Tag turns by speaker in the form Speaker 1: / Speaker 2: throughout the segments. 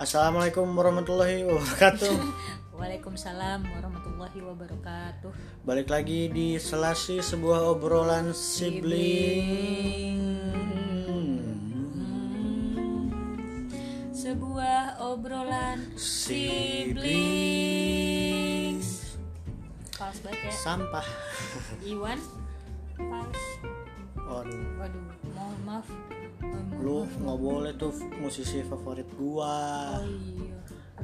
Speaker 1: Assalamualaikum warahmatullahi wabarakatuh.
Speaker 2: Waalaikumsalam warahmatullahi wabarakatuh.
Speaker 1: Balik lagi di Selasi sebuah obrolan sibling.
Speaker 2: Hmm, sebuah obrolan
Speaker 1: Sibling.
Speaker 2: Fals banget ya.
Speaker 1: Sampah.
Speaker 2: Iwan fals.
Speaker 1: On.
Speaker 2: Waduh, mohon maaf. Mohon maaf.
Speaker 1: Oh, Lu nggak boleh tuh musisi favorit gua.
Speaker 2: Oh iya.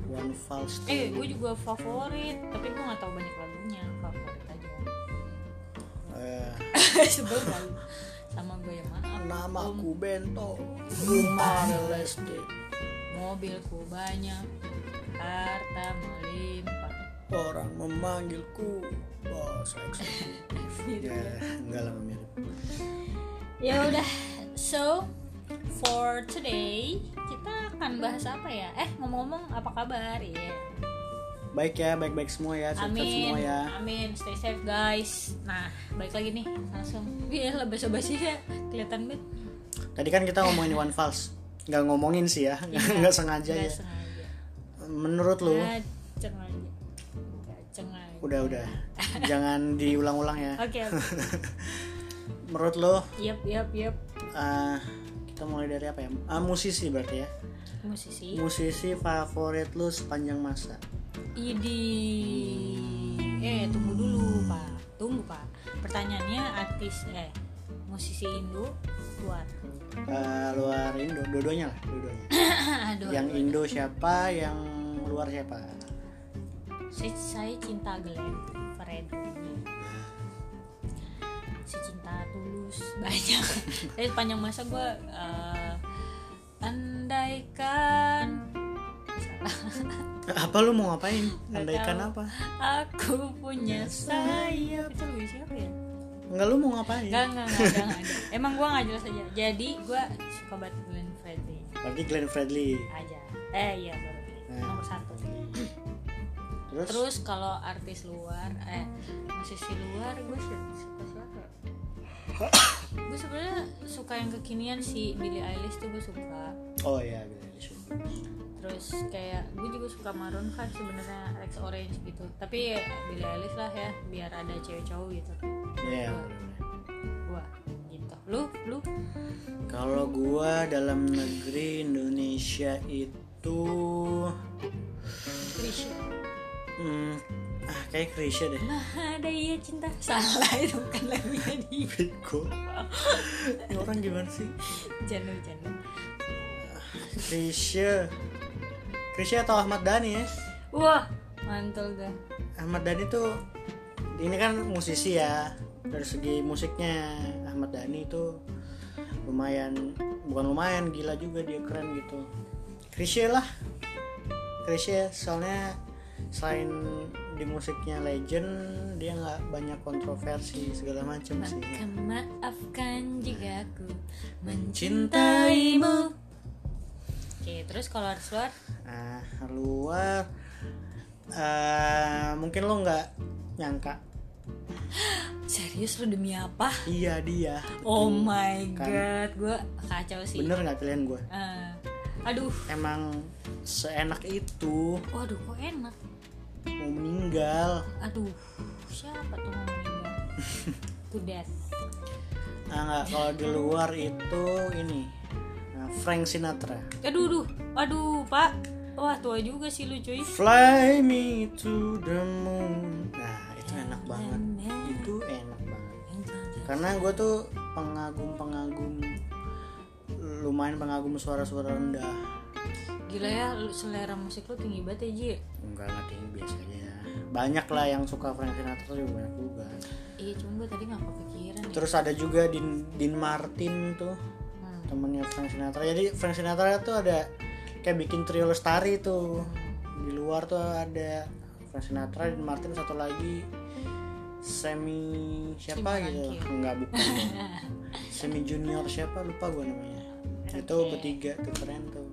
Speaker 1: One False.
Speaker 2: Eh, gue juga favorit, tapi gue gak tahu banyak lagunya. Favorit aja.
Speaker 1: Eh,
Speaker 2: Sebel kali. Sama gue ya maaf.
Speaker 1: namaku Bento. Umar Lesti.
Speaker 2: Mobilku banyak, harta melimpah.
Speaker 1: Orang memanggilku bos eksekutif. Ya, enggak lah mirip.
Speaker 2: Ya udah, so for today kita akan bahas apa ya? Eh ngomong-ngomong apa kabar? Iya.
Speaker 1: Baik ya, baik-baik semua ya, sehat
Speaker 2: Amin,
Speaker 1: semua ya.
Speaker 2: amin, stay safe guys. Nah balik lagi nih langsung. Iya lah basa-basi ya kelihatan banget.
Speaker 1: Tadi kan kita ngomongin Iwan Fals Nggak ngomongin sih ya,
Speaker 2: Iya.
Speaker 1: nggak sengaja
Speaker 2: Gak
Speaker 1: ya
Speaker 2: sengaja.
Speaker 1: Menurut lu,
Speaker 2: Iya. Gaceng aja. Gaceng aja.
Speaker 1: udah-udah Jangan diulang-ulang ya
Speaker 2: Oke. oke.
Speaker 1: Menurut lu,
Speaker 2: Yap yap yap.
Speaker 1: eh, kita mulai dari apa ya? Ah, musisi berarti ya
Speaker 2: Musisi.
Speaker 1: Musisi favorit lu sepanjang masa
Speaker 2: Idi. Eh, tunggu dulu, Pak. Tunggu, Pak. Pertanyaannya artis eh musisi Indo luar.
Speaker 1: Eh, Luar Indo, dua-duanya lah dua-duanya.
Speaker 2: Aduh.
Speaker 1: Yang
Speaker 2: aduh.
Speaker 1: Indo siapa, yang luar siapa
Speaker 2: Saya, saya cinta Glenn Fredly. Saya cinta tulus banyak. Tapi panjang masa gue andaikan
Speaker 1: Apa lu mau ngapain?
Speaker 2: Nggak
Speaker 1: Andaikan
Speaker 2: tahu.
Speaker 1: apa?
Speaker 2: aku punya sayap. Itu lagu siapa ya?
Speaker 1: Enggak lu mau ngapain?
Speaker 2: Enggak, enggak, enggak, enggak, enggak. Emang gue gak jelas aja. Jadi gue suka banget Glenn Fredly.
Speaker 1: Berarti Glenn Fredly
Speaker 2: aja eh iya baru beli.
Speaker 1: Nah.
Speaker 2: nomor satu
Speaker 1: Terus,
Speaker 2: terus kalau artis luar eh musisi luar gue su- suka siapa gue sebenarnya suka yang kekinian si Billie Eilish tuh gue suka
Speaker 1: Oh iya, Billie Eilish.
Speaker 2: terus kayak gue juga suka Maroon 5 sebenarnya Rex Orange gitu tapi ya, Billie Eilish lah ya biar ada cewek cowok gitu
Speaker 1: Iya.
Speaker 2: gue gitu lu lu
Speaker 1: Kalau gua dalam negeri Indonesia itu
Speaker 2: Krisya
Speaker 1: hmm, ah kayak Krisya deh.
Speaker 2: ada iya cinta salah itu bukan lagunya di
Speaker 1: Bego. Ini orang gimana sih?
Speaker 2: Janu Janu
Speaker 1: Krisya. Krisya atau Ahmad Dhani ya?
Speaker 2: wah mantul dah
Speaker 1: Ahmad Dhani tuh ini kan musisi ya. Dari segi musiknya Ahmad Dhani itu lumayan bukan lumayan gila juga dia keren gitu. Krisya lah. Krisya soalnya selain di musiknya legend dia nggak banyak kontroversi segala macam sih.
Speaker 2: Maka maafkan jika aku mencintaimu. Oke, terus kalau harus luar
Speaker 1: Nah, luar eh, mungkin lo nggak nyangka
Speaker 2: serius lu demi apa?
Speaker 1: iya dia
Speaker 2: Oh iya. my
Speaker 1: Kan.
Speaker 2: god, gue kacau sih.
Speaker 1: bener nggak pilihan gue
Speaker 2: Eh, aduh,
Speaker 1: emang seenak itu
Speaker 2: waduh kok enak.
Speaker 1: mau meninggal
Speaker 2: Aduh, siapa tuh mau meninggal? To death.
Speaker 1: ah nggak kalau di luar itu ini nah, Frank Sinatra
Speaker 2: Aduh, aduh, aduh, pak. Wah tua juga sih lu cuy.
Speaker 1: Fly me to the moon nah itu enak banget
Speaker 2: nah,
Speaker 1: itu enak banget karena gue tuh pengagum pengagum lumayan pengagum suara-suara rendah
Speaker 2: Gila ya, lu- selera musik lu tinggi banget ya Ji.
Speaker 1: enggak nggak tinggi biasanya banyak lah yang suka Frank Sinatra juga banyak juga
Speaker 2: Iya, cuma gue tadi nggak kepikiran. ya.
Speaker 1: terus ada juga Din, Din Martin tuh
Speaker 2: Hmm.
Speaker 1: temennya Frank Sinatra jadi Frank Sinatra tuh ada kayak bikin trio lestari tuh di luar tuh ada Frank Sinatra dan Martin satu lagi semi siapa
Speaker 2: Simon
Speaker 1: gitu
Speaker 2: Rangkil.
Speaker 1: nggak bukan semi junior siapa lupa gue namanya itu
Speaker 2: Oke.
Speaker 1: bertiga tuh keren tuh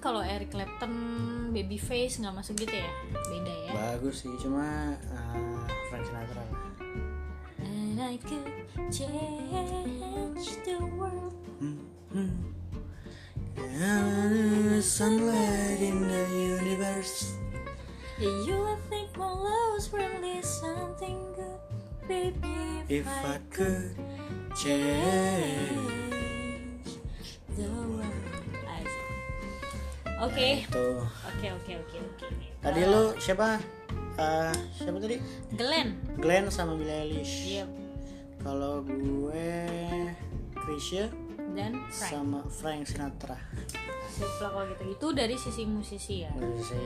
Speaker 2: kalau Eric Clapton Babyface nggak masuk gitu ya beda ya
Speaker 1: bagus sih cuma ah, Frank Sinatra lah.
Speaker 2: And I could change the world
Speaker 1: Hmm, hmm. the sunlight in the universe
Speaker 2: You will think my love's really something good, baby.
Speaker 1: If I could change
Speaker 2: change the world. Asik. Oke,
Speaker 1: Tuh
Speaker 2: oke, oke, oke, oke.
Speaker 1: Tadi lu siapa? Eh, siapa tadi?
Speaker 2: Glenn.
Speaker 1: Glenn sama Billie Eilish
Speaker 2: Iya.
Speaker 1: Kalau gue Chrisye
Speaker 2: Dan Frank.
Speaker 1: sama Frank Sinatra
Speaker 2: Setelah kalau gitu itu dari sisi musisi ya.
Speaker 1: Gue sih.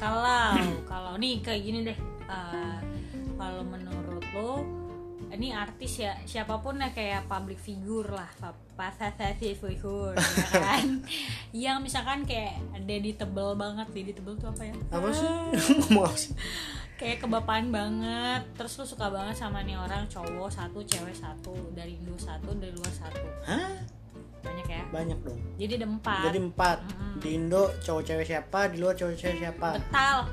Speaker 2: Kalau kalau nih kayak gini deh. Eh, kalau menurut lo ini artis ya siapapun lah kayak public figure lah pasasi figure ya kan yang misalkan kayak Deddy tebel banget Deddy tebel tuh apa ya
Speaker 1: Apa sih? Ngomong apa sih?
Speaker 2: kayak kebapaan banget terus lu suka banget sama nih orang cowok satu cewek satu dari Indo satu dari luar satu
Speaker 1: Hah?
Speaker 2: banyak ya
Speaker 1: Banyak dong
Speaker 2: jadi ada empat
Speaker 1: Jadi empat
Speaker 2: Mm-mm.
Speaker 1: Di Indo cowok cewek siapa Di luar cowok cewek siapa
Speaker 2: betal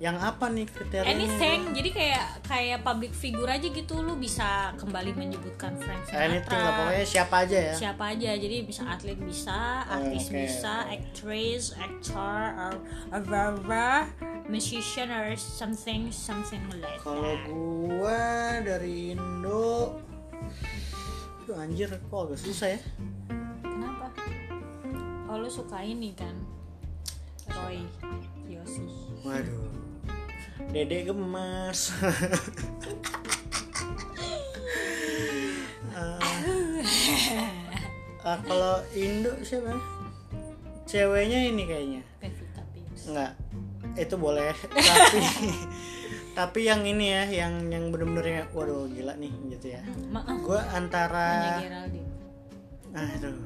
Speaker 1: Yang apa nih kriterianya?
Speaker 2: anything jadi kayak kayak public figure aja gitu lu bisa kembali menyebutkan Frank
Speaker 1: Anything lah
Speaker 2: Sinatra
Speaker 1: pokoknya siapa aja ya Eh,
Speaker 2: siapa aja jadi bisa atlet bisa artis
Speaker 1: oke.
Speaker 2: bisa actress actor or or whatever, musician or something something like
Speaker 1: Kalau
Speaker 2: that
Speaker 1: gua dari Indo Aduh anjir kok agak susah ya
Speaker 2: Kenapa? Oh lu suka ini kan? Roy Yosi
Speaker 1: Waduh Dede gemas Eh, eh, Kalau Indo siapa? Ceweknya ini kayaknya
Speaker 2: Pevita Pierce
Speaker 1: Enggak Itu boleh Tapi Tapi yang ini ya Yang yang bener-bener yang Waduh gila nih gitu ya
Speaker 2: Maaf
Speaker 1: Gue
Speaker 2: Hanya
Speaker 1: antara
Speaker 2: ah, Geraldine
Speaker 1: Aduh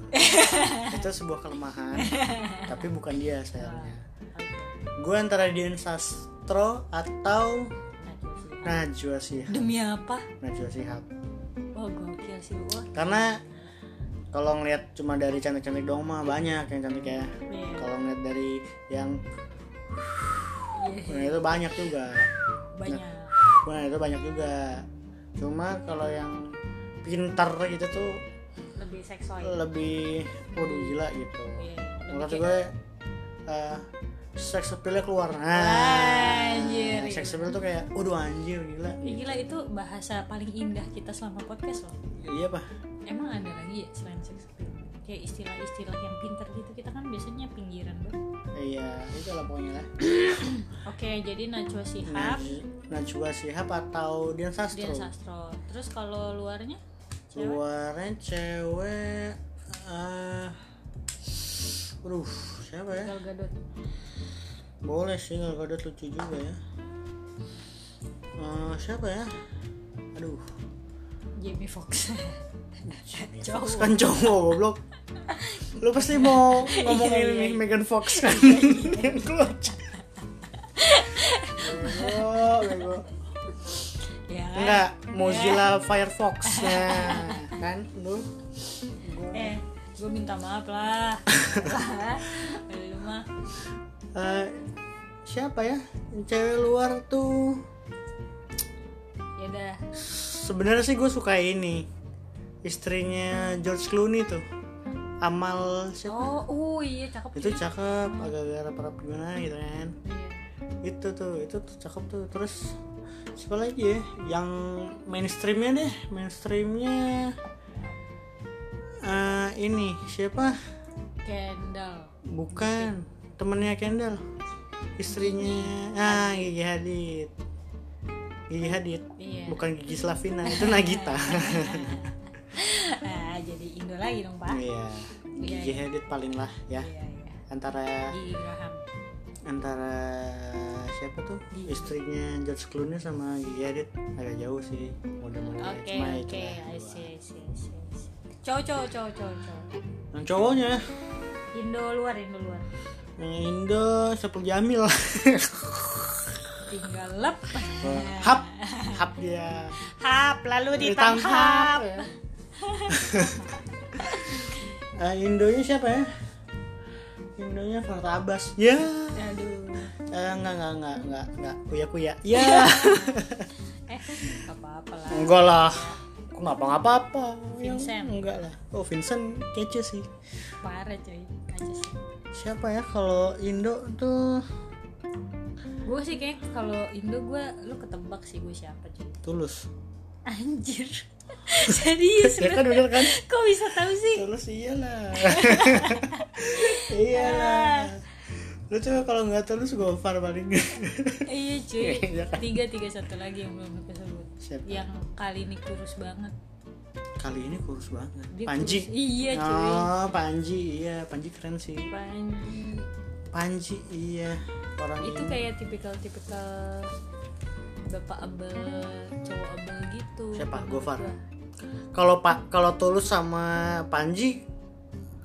Speaker 1: Itu sebuah kelemahan Tapi bukan dia sayangnya Gue antara Dian Sastro Atau
Speaker 2: Najwa
Speaker 1: Najwa
Speaker 2: Shihab.
Speaker 1: Shihab
Speaker 2: Demi apa?
Speaker 1: Najwa Shihab
Speaker 2: Oh gokil sih wah
Speaker 1: Karena kalau ngelihat cuma dari cantik-cantik doang mah banyak yang cantik ya
Speaker 2: Iya.
Speaker 1: Kalau ngelihat dari yang
Speaker 2: Iya,
Speaker 1: nah itu banyak juga
Speaker 2: Banyak
Speaker 1: Nah itu banyak juga Cuma kalau yang pintar itu tuh
Speaker 2: Lebih
Speaker 1: Eh,
Speaker 2: seksual
Speaker 1: lebih waduh gila gitu
Speaker 2: Iya, lebih
Speaker 1: Menurut
Speaker 2: kayak-
Speaker 1: gue eh seks appeal-nya keluar nah,
Speaker 2: Wah, anjir.
Speaker 1: Seks appeal tuh kayak waduh anjir gila
Speaker 2: Ih, Gila itu bahasa paling indah kita selama podcast loh
Speaker 1: Iya pak
Speaker 2: Emang ada lagi ya selain seks appeal? Kayak istilah-istilah yang pinter gitu Kita kan biasanya pinggiran bro
Speaker 1: Iya itu lah pokoknya lah
Speaker 2: Oke jadi Najwa Shihab
Speaker 1: Naj- Najwa Shihab atau Dian Sastro
Speaker 2: Dian Sastro. Terus kalau luarnya? Cewek?
Speaker 1: Luarnya cewek eh Waduh siapa ya
Speaker 2: Gal Gadot.
Speaker 1: Boleh sih Gal Gadot lucu juga ya Eh, Siapa ya Aduh
Speaker 2: Jamie Foxx.
Speaker 1: Fox kan cowok goblok lu pasti mau ngomongin
Speaker 2: Iya, iya, iya.
Speaker 1: Megan Fox kan yang keluar bego bego
Speaker 2: ya. kan?
Speaker 1: enggak Mozilla Firefox ya kan lu
Speaker 2: Eh, gue minta maaf lah. Lah, Lu mah
Speaker 1: Eh, siapa ya Yang cewek luar tuh
Speaker 2: ya udah.
Speaker 1: sebenarnya sih gue suka ini istrinya George Clooney tuh Amal siapa
Speaker 2: Oh, uh iya cakep.
Speaker 1: itu
Speaker 2: sih.
Speaker 1: cakep agak-agak rapat gimana gitu kan
Speaker 2: Iya.
Speaker 1: itu tuh itu tuh cakep tuh terus siapa lagi ya yang mainstreamnya deh mainstreamnya eh ini siapa
Speaker 2: Kendall.
Speaker 1: bukan temennya Kendall istrinya ah Gigi Hadid Gigi Hadid
Speaker 2: Iya.
Speaker 1: bukan Gigi Slavina itu Nagita
Speaker 2: Nah, jadi Indo lagi dong, Pak.
Speaker 1: iya Gigi Hadid paling lah ya
Speaker 2: Iya, iya.
Speaker 1: antara
Speaker 2: Di Graham.
Speaker 1: antara siapa tuh istrinya George Clooney sama Gigi Hadid agak jauh sih mudah-mudahan
Speaker 2: Oke, oke. I see, I see, I see, I see. Cowok, cowok, cowok, cowok, cowok.
Speaker 1: yang cowoknya
Speaker 2: Indo luar, Indo luar.
Speaker 1: yang Indo Sepul Jamil
Speaker 2: Tinggal lep.
Speaker 1: hap hap dia
Speaker 2: Hap, lalu ditangkap.
Speaker 1: ya. Eh, Indonya siapa ya Indonya Farah Abbas ya
Speaker 2: Aduh.
Speaker 1: Eh, enggak enggak enggak enggak enggak kuya kuya ya
Speaker 2: Eh, nggak apa-apa lah.
Speaker 1: enggak lah aku ngapa ngapa apa
Speaker 2: Vincent.
Speaker 1: enggak lah oh Vincent kece sih
Speaker 2: Parah coy, kaca sih.
Speaker 1: siapa ya kalau Indo tuh
Speaker 2: gue sih kayak kalau Indo gue lu ketebak sih gue siapa cuy
Speaker 1: tulus
Speaker 2: anjir serius
Speaker 1: ya kan
Speaker 2: lu?
Speaker 1: bener kan
Speaker 2: kok bisa tahu sih
Speaker 1: tulus iyalah Ya
Speaker 2: Ah.
Speaker 1: iyalah lu coba kalau nggak tulus gofar paling
Speaker 2: iya cuy
Speaker 1: Iya kan?
Speaker 2: tiga tiga satu lagi yang belum gue sebut
Speaker 1: Siapa?
Speaker 2: yang kali ini kurus banget
Speaker 1: kali ini kurus banget
Speaker 2: Dia
Speaker 1: Panji
Speaker 2: kurus. iya cuy
Speaker 1: oh Panji iya Panji keren sih
Speaker 2: Panji
Speaker 1: Panji iya orang
Speaker 2: itu
Speaker 1: ini.
Speaker 2: kayak tipikal tipikal bapak abel cowok abel gitu
Speaker 1: Siapa?
Speaker 2: menurut
Speaker 1: Gofar?
Speaker 2: gua.
Speaker 1: kalau pak kalau tulus sama Panji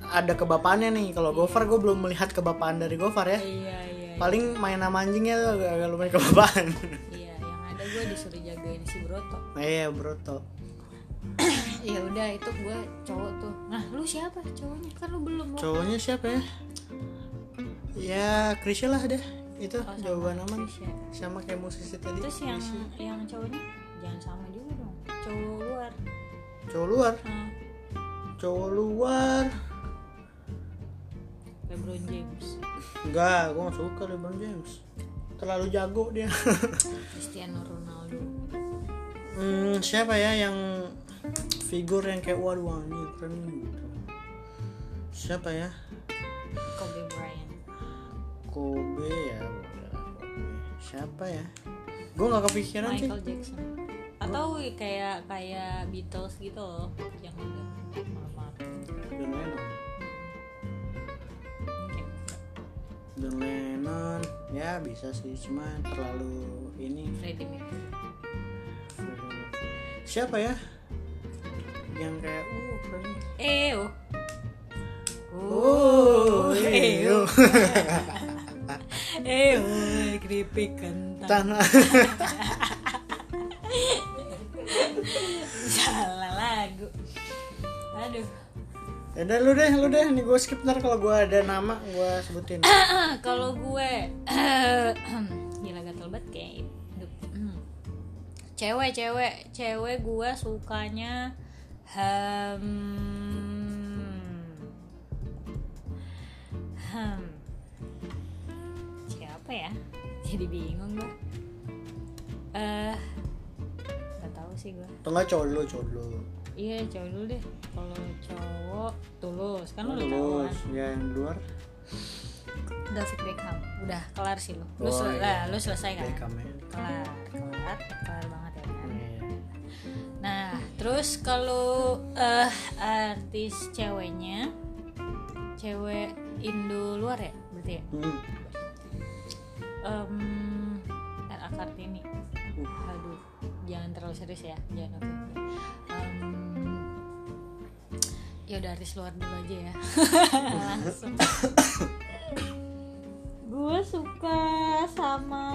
Speaker 1: ada kebapaannya nih kalau Gofar gue belum melihat kebapaan dari Gofar ya
Speaker 2: iya iya
Speaker 1: paling main sama anjingnya tuh agak, agak lumayan kebapaan
Speaker 2: iya yang ada gue disuruh jagain si broto
Speaker 1: nah, iya broto
Speaker 2: ya udah itu gue cowok tuh nah lu siapa cowoknya kan lu belum mau
Speaker 1: cowoknya siapa ya ya Krisya lah deh itu
Speaker 2: Oh, sama
Speaker 1: jawaban aman
Speaker 2: Krisya.
Speaker 1: sama kayak musisi tadi
Speaker 2: kan? terus yang
Speaker 1: Krisya.
Speaker 2: yang cowoknya jangan sama juga dong cowok luar
Speaker 1: cowok luar
Speaker 2: nah,
Speaker 1: cowok luar
Speaker 2: LeBron James
Speaker 1: enggak gue gak suka LeBron James terlalu jago dia
Speaker 2: Cristiano Ronaldo
Speaker 1: Hmm, siapa ya yang figur yang kayak waduh ini keren nih," gitu. Siapa ya?
Speaker 2: Kobe Bryant
Speaker 1: Kobe ya. boleh lah, Kobe. Siapa ya? Gue nggak kepikiran sih.
Speaker 2: Michael Jackson atau kayak kayak Beatles gitu loh yang udah maaf
Speaker 1: John Lennon.
Speaker 2: mungkin
Speaker 1: John Lennon. Ya bisa sih, cuma terlalu ini.
Speaker 2: Freddie Mercury
Speaker 1: Siapa ya? Yang kayak uh keren.
Speaker 2: eh oh Uh,
Speaker 1: Oh,
Speaker 2: eh
Speaker 1: iyo.
Speaker 2: oh eh oh keripik kentang
Speaker 1: Tanah.
Speaker 2: salah lagu aduh
Speaker 1: Ya udah lu deh, lu deh. Nih gue skip ntar kalau gue ada nama gue sebutin.
Speaker 2: kalau gue gila gatel banget kayak hidup. Hmm. cewek cewek cewek gue sukanya hmm, hmm, siapa ya jadi bingung gue eh nggak tahu sih gue
Speaker 1: Atau nggak cowok dulu, cowok dulu.
Speaker 2: iya cowok dulu deh kalau cowok tulus kan
Speaker 1: Oh,
Speaker 2: lu udah tahu kan?
Speaker 1: Tulus, ya yang di luar
Speaker 2: David Beckham udah kelar sih lo
Speaker 1: Oh,
Speaker 2: lu, sel-
Speaker 1: iya.
Speaker 2: lah, lu selesai kan
Speaker 1: Beckham ya.
Speaker 2: kelar kelar kelar banget ya kan
Speaker 1: Iya.
Speaker 2: nah terus kalau eh artis ceweknya cewek Indo luar ya berarti ya
Speaker 1: Hmm.
Speaker 2: Em, R.A. Kartini
Speaker 1: Uh.
Speaker 2: aduh jangan terlalu serius ya jangan oke ya udah artis luar dulu aja ya langsung gue suka sama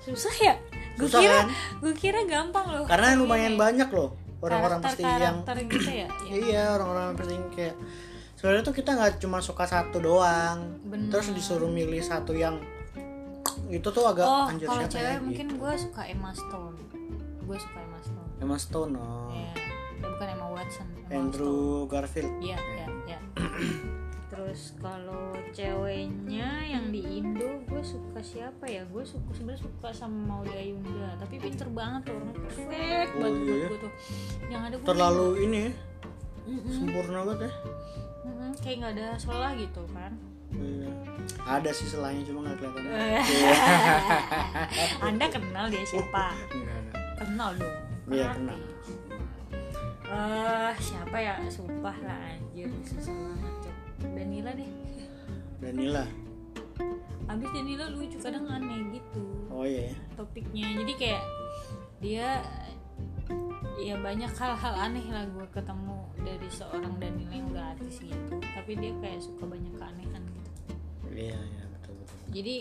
Speaker 2: susah ya gue
Speaker 1: Susah,
Speaker 2: kira
Speaker 1: kan?
Speaker 2: gue kira gampang loh
Speaker 1: Karena lumayan
Speaker 2: Ini
Speaker 1: banyak loh orang-orang pasti yang
Speaker 2: karakter-karakter gitu ya, ya.
Speaker 1: iya orang-orang pasti yang kayak sebenarnya tuh kita nggak cuma suka satu doang.
Speaker 2: Bener.
Speaker 1: Terus disuruh milih satu yang itu tuh agak
Speaker 2: oh
Speaker 1: anjir
Speaker 2: kalau
Speaker 1: siapa
Speaker 2: cewek
Speaker 1: ya?"
Speaker 2: mungkin
Speaker 1: gitu.
Speaker 2: gue suka Emma Stone gue suka Emma Stone
Speaker 1: Emma Stone, oh.
Speaker 2: ya ya, bukan Emma Watson Emma Stone
Speaker 1: Andrew Garfield.
Speaker 2: iya iya iya terus kalau ceweknya yang di Indo gue suka siapa ya gue suka sebenarnya suka sama Maudy Ayunda tapi pinter banget loh orangnya perfect
Speaker 1: Oh,
Speaker 2: banget
Speaker 1: iya
Speaker 2: buat
Speaker 1: ya?
Speaker 2: gue tuh yang ada gue
Speaker 1: Terlalu ini ya,
Speaker 2: Mm-mm,
Speaker 1: sempurna banget ya.
Speaker 2: mm-mm, kayak nggak ada salah gitu kan
Speaker 1: Iya. Ada sih selainya cuma nggak kelihatan.
Speaker 2: Eh.
Speaker 1: Iya.
Speaker 2: anda kenal dia siapa
Speaker 1: Nggak ada.
Speaker 2: kenal dong
Speaker 1: Iya,
Speaker 2: Kenal.
Speaker 1: kenal.
Speaker 2: Eh, siapa ya sumpah lah anjir susah banget cok Danila deh
Speaker 1: Danila.
Speaker 2: abis Danila lucu kadang aneh gitu
Speaker 1: Oh iya. ya.
Speaker 2: topiknya jadi kayak dia ya banyak hal-hal aneh lah gue ketemu dari seorang Danila yang udah artis gitu tapi dia kayak suka banyak keanehan gitu
Speaker 1: Iya, iya betul betul.
Speaker 2: jadi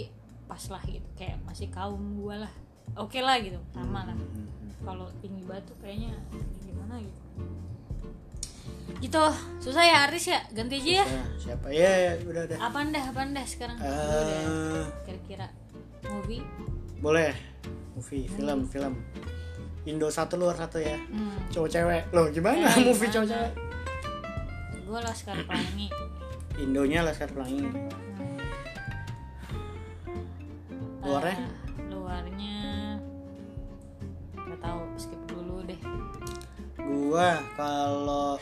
Speaker 2: pas lah gitu kayak masih kaum gue lah oke lah gitu sama lah
Speaker 1: Hmm.
Speaker 2: kalau tinggi batu kayaknya gimana gitu gitu susah ya Aris ya ganti aja ya
Speaker 1: Nah, siapa? Ya, ya udah udah.
Speaker 2: apaan dah apaan dah sekarang Lu udah
Speaker 1: Eh,
Speaker 2: kira-kira movie
Speaker 1: boleh. Movie, film, film. Indo satu luar satu ya.
Speaker 2: hmm.
Speaker 1: Cowok cewek. Loh, gimana
Speaker 2: Ya,
Speaker 1: movie
Speaker 2: gimana?
Speaker 1: cowok cewek?
Speaker 2: gue Laskar Pelangi
Speaker 1: Indonya Laskar Pelangi Luarnya?
Speaker 2: Eh, luarnya nggak tahu skip dulu deh
Speaker 1: gua kalau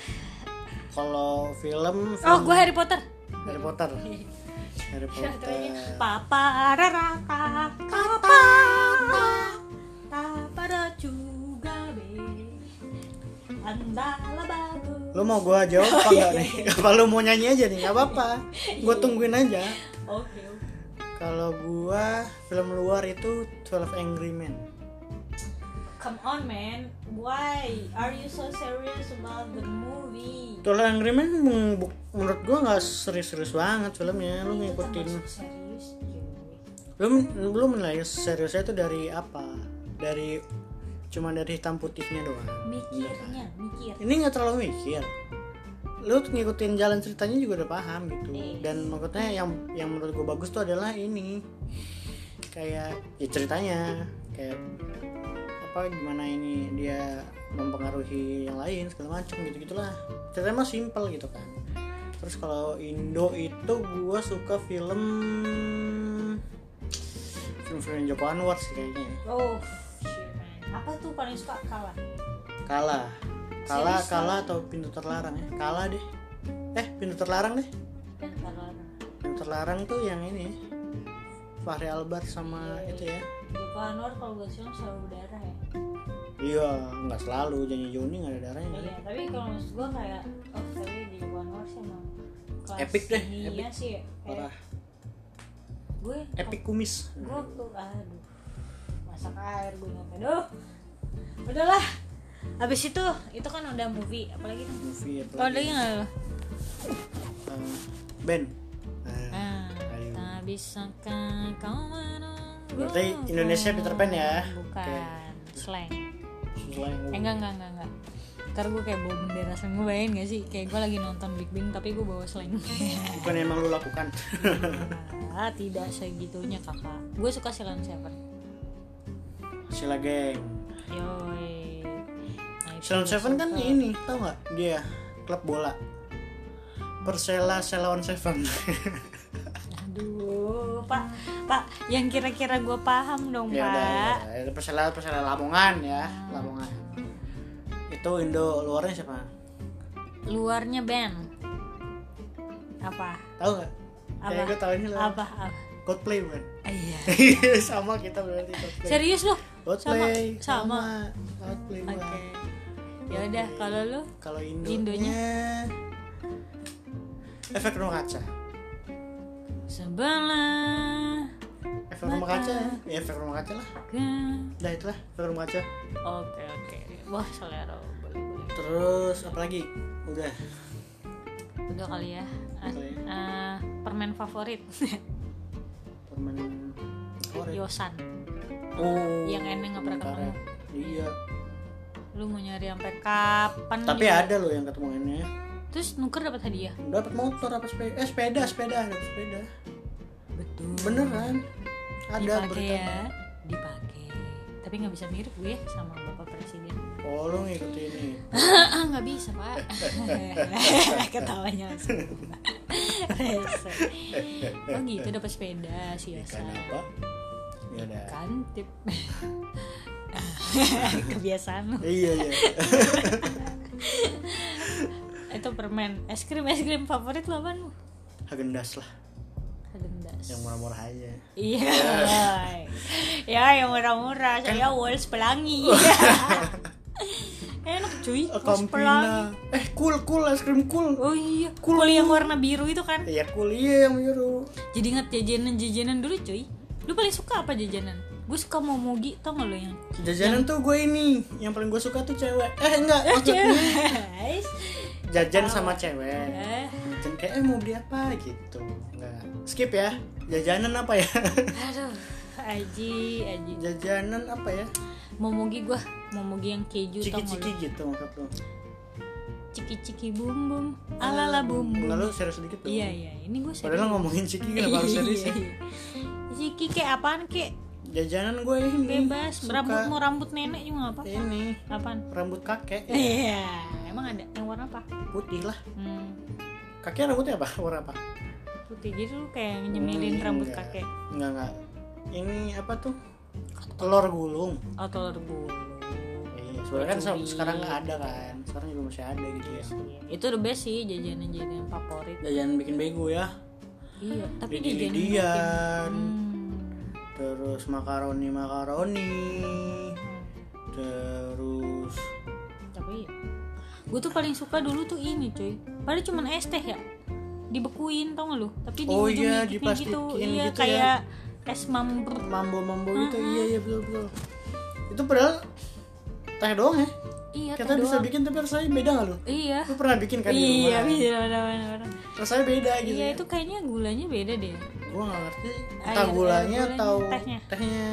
Speaker 1: kalau film, film
Speaker 2: oh gue Harry Potter
Speaker 1: Harry Potter Harry
Speaker 2: Satu lagi.
Speaker 1: Potter
Speaker 2: Papa rarata, papa pada juga be. Anda
Speaker 1: lu mau gua jawab apa enggak nih apa lu mau nyanyi aja nih nggak apa-apa
Speaker 2: Iya.
Speaker 1: gua tungguin aja
Speaker 2: Oke. oke.
Speaker 1: kalau gua film luar itu 12 Angry Men
Speaker 2: Come on man, why are you so serious about the movie?
Speaker 1: 12 Angry Men meng- bu- menurut gua nggak serius-serius banget filmnya lu ngikutin
Speaker 2: Iya, Termasuk serius.
Speaker 1: lu belum menilai seriusnya itu dari apa dari cuma dari hitam putihnya doang
Speaker 2: Mikirnya, mikir.
Speaker 1: ini nggak terlalu mikir lu tuh ngikutin jalan ceritanya juga udah paham gitu dan maksudnya yang yang menurut gue bagus tuh adalah ini kayak ya ceritanya kayak apa gimana ini dia mempengaruhi yang lain segala macam gitu gitulah ceritanya mah simple gitu kan terus kalau Indo itu gue suka film film film Joko Anwar sih kayaknya ya.
Speaker 2: Oh, shit man. Apa tuh paling suka kalah?
Speaker 1: kalah kalah
Speaker 2: Serius?
Speaker 1: kalah atau pintu terlarang ya kalah deh eh pintu terlarang deh
Speaker 2: Kan kalah.
Speaker 1: pintu terlarang tuh yang ini Fahri Albar sama
Speaker 2: Iya,
Speaker 1: itu ya
Speaker 2: Joko Anwar kalau gak siang selalu darah ya.
Speaker 1: iya nggak selalu janji Joni nggak ada darahnya nggak ada.
Speaker 2: Iya, tapi kalau maksud gue kayak oh tapi di One Wars emang kelas
Speaker 1: Epic deh,
Speaker 2: ininya sih kayak
Speaker 1: parah
Speaker 2: gue
Speaker 1: epic kumis
Speaker 2: gue waktu aduh masak air gue nyampe aduh udahlah habis itu itu kan udah movie apalagi kan
Speaker 1: movie apa
Speaker 2: oh ada
Speaker 1: lagi?
Speaker 2: lagi nggak lo
Speaker 1: Eh, band Nah,
Speaker 2: ah
Speaker 1: ayo.
Speaker 2: tak bisakah kau menunggu
Speaker 1: Berarti Indonesia Peter Pan ya?
Speaker 2: bukan slang
Speaker 1: sesuai yang
Speaker 2: Eh,
Speaker 1: gua-
Speaker 2: enggak enggak enggak enggak ntar gue kayak bawa bendera slang gue bayangin gak sih kayak gue lagi nonton Big Bang tapi gue bawa slang
Speaker 1: bukan yang emang lu lakukan
Speaker 2: Ah, tidak segitunya kakak. Gue suka Silent Seven.
Speaker 1: sila geng
Speaker 2: Yoi. Nah, itu
Speaker 1: Salon
Speaker 2: gua
Speaker 1: Seven kan
Speaker 2: suka.
Speaker 1: ini tau nggak dia klub bola Persela Salon Seven
Speaker 2: Aduh, Pak, Pak, yang kira-kira gue paham dong,
Speaker 1: ya udah ya
Speaker 2: Pak.
Speaker 1: udah. Itu Persela Persela Lamongan ya Lamongan itu Indo luarnya siapa
Speaker 2: Luarnya band. Apa?
Speaker 1: tahu nggak
Speaker 2: Apa?
Speaker 1: Kayaknya gue tahu ini lah
Speaker 2: Apa? apa?
Speaker 1: Coldplay bukan
Speaker 2: Iya.
Speaker 1: sama kita berarti Coldplay
Speaker 2: Serius loh?
Speaker 1: Coldplay
Speaker 2: Sama. Sama.
Speaker 1: Coldplay
Speaker 2: Oke.
Speaker 1: bukan
Speaker 2: Ya udah, kalau lu
Speaker 1: kalau Indo
Speaker 2: Indonya?
Speaker 1: efek rumah kaca
Speaker 2: sebelah
Speaker 1: efek rumah
Speaker 2: Mata.
Speaker 1: kaca ya efek rumah kaca lah
Speaker 2: ke.
Speaker 1: udah itulah efek rumah kaca
Speaker 2: Oke oke. Wah selera boleh boleh.
Speaker 1: terus apalagi udah
Speaker 2: Udah kali ya. Ah,
Speaker 1: Udah ya.
Speaker 2: ah, permen favorit
Speaker 1: permen favorit
Speaker 2: Yosan.
Speaker 1: oh
Speaker 2: Iya. Yang Eneng nggak pernah
Speaker 1: permen karet. iya
Speaker 2: Lu mau nyari sampai kapan?
Speaker 1: tapi
Speaker 2: gitu?
Speaker 1: ada loh yang ketemuannya
Speaker 2: Terus nuker dapat hadiah.
Speaker 1: dapat motor apa sepeda eh sepeda sepeda dapat sepeda
Speaker 2: Betul.
Speaker 1: beneran ada
Speaker 2: Dipakai
Speaker 1: berita
Speaker 2: ya. Dipakai. Tapi nggak bisa mirip gue sama Bapak Presiden.
Speaker 1: oh lu ngikutin ini
Speaker 2: Ah, nggak bisa pak. Ketawanya langsung. Rese. oh gitu dapat sepeda si Yosan.
Speaker 1: ikan apa Iya, ya udah
Speaker 2: Kantip. Kebiasaan lu.
Speaker 1: iya iya
Speaker 2: Itu permen. Es krim es krim favorit lo apaan lu?
Speaker 1: Hagendas lah
Speaker 2: Hagendas.
Speaker 1: yang murah-murah aja
Speaker 2: Iya. Boy. ya yang murah-murah. Saya Walls Pelangi. Enak cuy. Walls Pelangi.
Speaker 1: Kampina eh cool cool es krim cool
Speaker 2: Oh iya. Kul yang warna biru itu kan.
Speaker 1: ya cool iya yang biru
Speaker 2: Jadi ingat jajanan-jajanan dulu cuy. Lu paling suka apa jajanan? Gue suka momogi tau gak lo yang
Speaker 1: jajanan tuh gue ini yang paling gue suka tuh cewek eh enggak maksudnya
Speaker 2: Guys.
Speaker 1: jajan sama cewek
Speaker 2: Eh,
Speaker 1: jajan kayak eh mau beli apa gitu enggak skip ya jajanan apa ya
Speaker 2: Aduh. Aji, aji.
Speaker 1: jajanan apa ya
Speaker 2: Momogi gua, momogi yang keju tau gak
Speaker 1: ciki-ciki
Speaker 2: lu?
Speaker 1: gitu maksud lu
Speaker 2: Ciki-ciki bum bum, alala bum bum.
Speaker 1: lalu serius sedikit dong
Speaker 2: Iya iya, ini gue
Speaker 1: Padahal ngomongin Ciki kenapa harus serius ya?
Speaker 2: Ciki kayak iya. apaan kek?
Speaker 1: jajanan gue ini
Speaker 2: bebas
Speaker 1: suka
Speaker 2: rambut mau rambut nenek juga nggak apa
Speaker 1: ini
Speaker 2: apaan
Speaker 1: rambut kakek
Speaker 2: iya emang ada yang warna apa
Speaker 1: putih lah
Speaker 2: hmm,
Speaker 1: kakek rambutnya apa warna apa
Speaker 2: putih gitu kayak nyemilin
Speaker 1: Hmm,
Speaker 2: rambut
Speaker 1: enggak.
Speaker 2: kakek
Speaker 1: enggak enggak ini apa tuh telur gulung
Speaker 2: atau Oh, telur gulung
Speaker 1: Iya, sebenarnya kan
Speaker 2: Cumi.
Speaker 1: sekarang nggak ada kan sekarang juga masih ada gitu ya
Speaker 2: itu the best sih jajanan-jajanan favorit
Speaker 1: jajanan bikin bego ya
Speaker 2: iya tapi
Speaker 1: Bikin
Speaker 2: jajanan
Speaker 1: Indian.
Speaker 2: Hmm.
Speaker 1: terus makaroni makaroni terus
Speaker 2: tapi gue tuh paling suka dulu tuh ini cuy padahal cuman es teh ya dibekuin tau gak lu tapi di
Speaker 1: Oh
Speaker 2: ujung
Speaker 1: iya,
Speaker 2: dikitnya gitu
Speaker 1: diplastikin
Speaker 2: iya
Speaker 1: gitu ya.
Speaker 2: kayak es mambrut
Speaker 1: mambo mambo itu iya iya betul betul itu padahal teh doang ya
Speaker 2: iya
Speaker 1: kita
Speaker 2: teh
Speaker 1: bisa
Speaker 2: doang.
Speaker 1: bikin tapi rasanya beda nggak lu
Speaker 2: iya
Speaker 1: lu pernah bikin kan di
Speaker 2: iya
Speaker 1: rumah
Speaker 2: bisa mana-mana orang.
Speaker 1: rasanya beda gitu
Speaker 2: iya itu kayaknya gulanya beda deh
Speaker 1: gua nggak ngerti
Speaker 2: Ah,
Speaker 1: entah
Speaker 2: iya,
Speaker 1: gulanya
Speaker 2: gulanya,
Speaker 1: atau
Speaker 2: tehnya.
Speaker 1: tehnya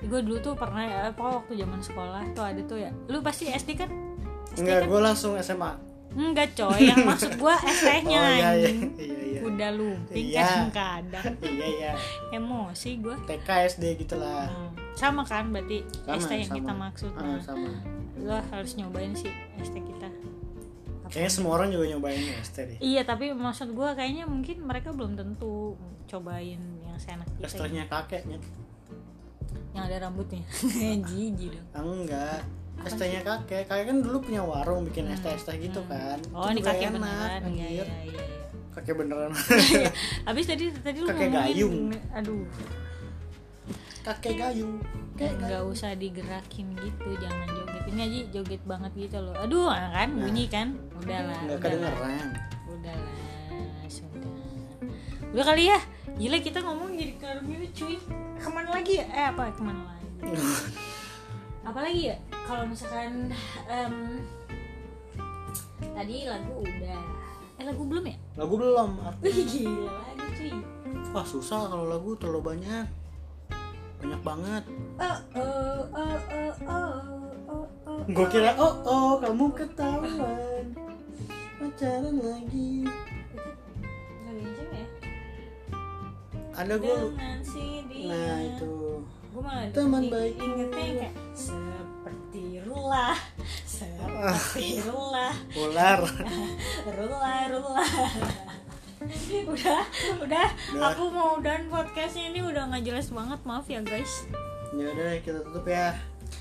Speaker 2: gue dulu tuh pernah ya, pokoknya waktu zaman sekolah tuh ada tuh ya lu pasti SD kan
Speaker 1: enggak gua langsung SMA
Speaker 2: enggak coy yang maksud gue es tehnya
Speaker 1: oh iya iya
Speaker 2: anjing.
Speaker 1: iya iya
Speaker 2: udah lumping
Speaker 1: Iya.
Speaker 2: kadang-kadang
Speaker 1: iya iya
Speaker 2: emosi gue
Speaker 1: TK SD gitulah
Speaker 2: Hmm. sama kan berarti
Speaker 1: sama
Speaker 2: es teh yang
Speaker 1: sama.
Speaker 2: kita maksud
Speaker 1: Ah,
Speaker 2: nah,
Speaker 1: sama
Speaker 2: lo harus nyobain sih es teh kita Apa-
Speaker 1: kayaknya semua orang juga nyobain es teh deh
Speaker 2: iya tapi maksud gua kayaknya mungkin mereka belum tentu cobain yang seenak
Speaker 1: es
Speaker 2: kita
Speaker 1: tehnya kakeknya
Speaker 2: yang ada rambutnya jijik dong
Speaker 1: Ah, enggak es tehnya kakek kakek kan dulu punya warung bikin es teh es teh gitu
Speaker 2: Hmm.
Speaker 1: kan
Speaker 2: oh
Speaker 1: Itu
Speaker 2: ini
Speaker 1: juga
Speaker 2: kakek
Speaker 1: enak,
Speaker 2: beneran iya
Speaker 1: anjir.
Speaker 2: iya iya
Speaker 1: kakek beneran
Speaker 2: Iya. abis tadi tadi lu
Speaker 1: Kakek gayung.
Speaker 2: ngomongin aduh
Speaker 1: kakek gayung kakek
Speaker 2: nggak
Speaker 1: gayung
Speaker 2: usah digerakin gitu jangan joget ini aja joget banget gitu loh aduh kan bunyi kan udahlah
Speaker 1: Nah. nggak
Speaker 2: udahlah.
Speaker 1: kedengeran
Speaker 2: Udahlah, sudah. Udah kali ya. Gila kita ngomong jadi kelar mulu cuy. Kemana lagi ya? Eh apa kemana lagi? Apa lagi ya? Kalau misalkan em, tadi lagu udah. Eh lagu belum ya?
Speaker 1: lagu belum Ar-
Speaker 2: Wih gila lagi cuy.
Speaker 1: wah susah kalau lagu terlalu banyak banyak banget
Speaker 2: Oh oh oh oh oh oh oh.
Speaker 1: gue kira oh oh kamu ketahuan pacaran lagi
Speaker 2: Gak kenceng ya?
Speaker 1: ada gue
Speaker 2: Dengan si dia.
Speaker 1: nah itu
Speaker 2: Gue malah
Speaker 1: Teman
Speaker 2: di-
Speaker 1: baik.
Speaker 2: ingetnya yang kayak seperti rula, seperti rula,
Speaker 1: ular
Speaker 2: rula, rula. udah, udah,
Speaker 1: Udah.
Speaker 2: aku mau dan podcastnya ini udah nggak jelas banget, maaf ya guys.
Speaker 1: ya udah kita tutup ya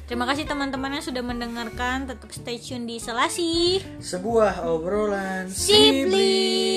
Speaker 2: Terima kasih teman-teman yang sudah mendengarkan, tetap stay tune di Selasi.
Speaker 1: sebuah obrolan
Speaker 2: Sibling.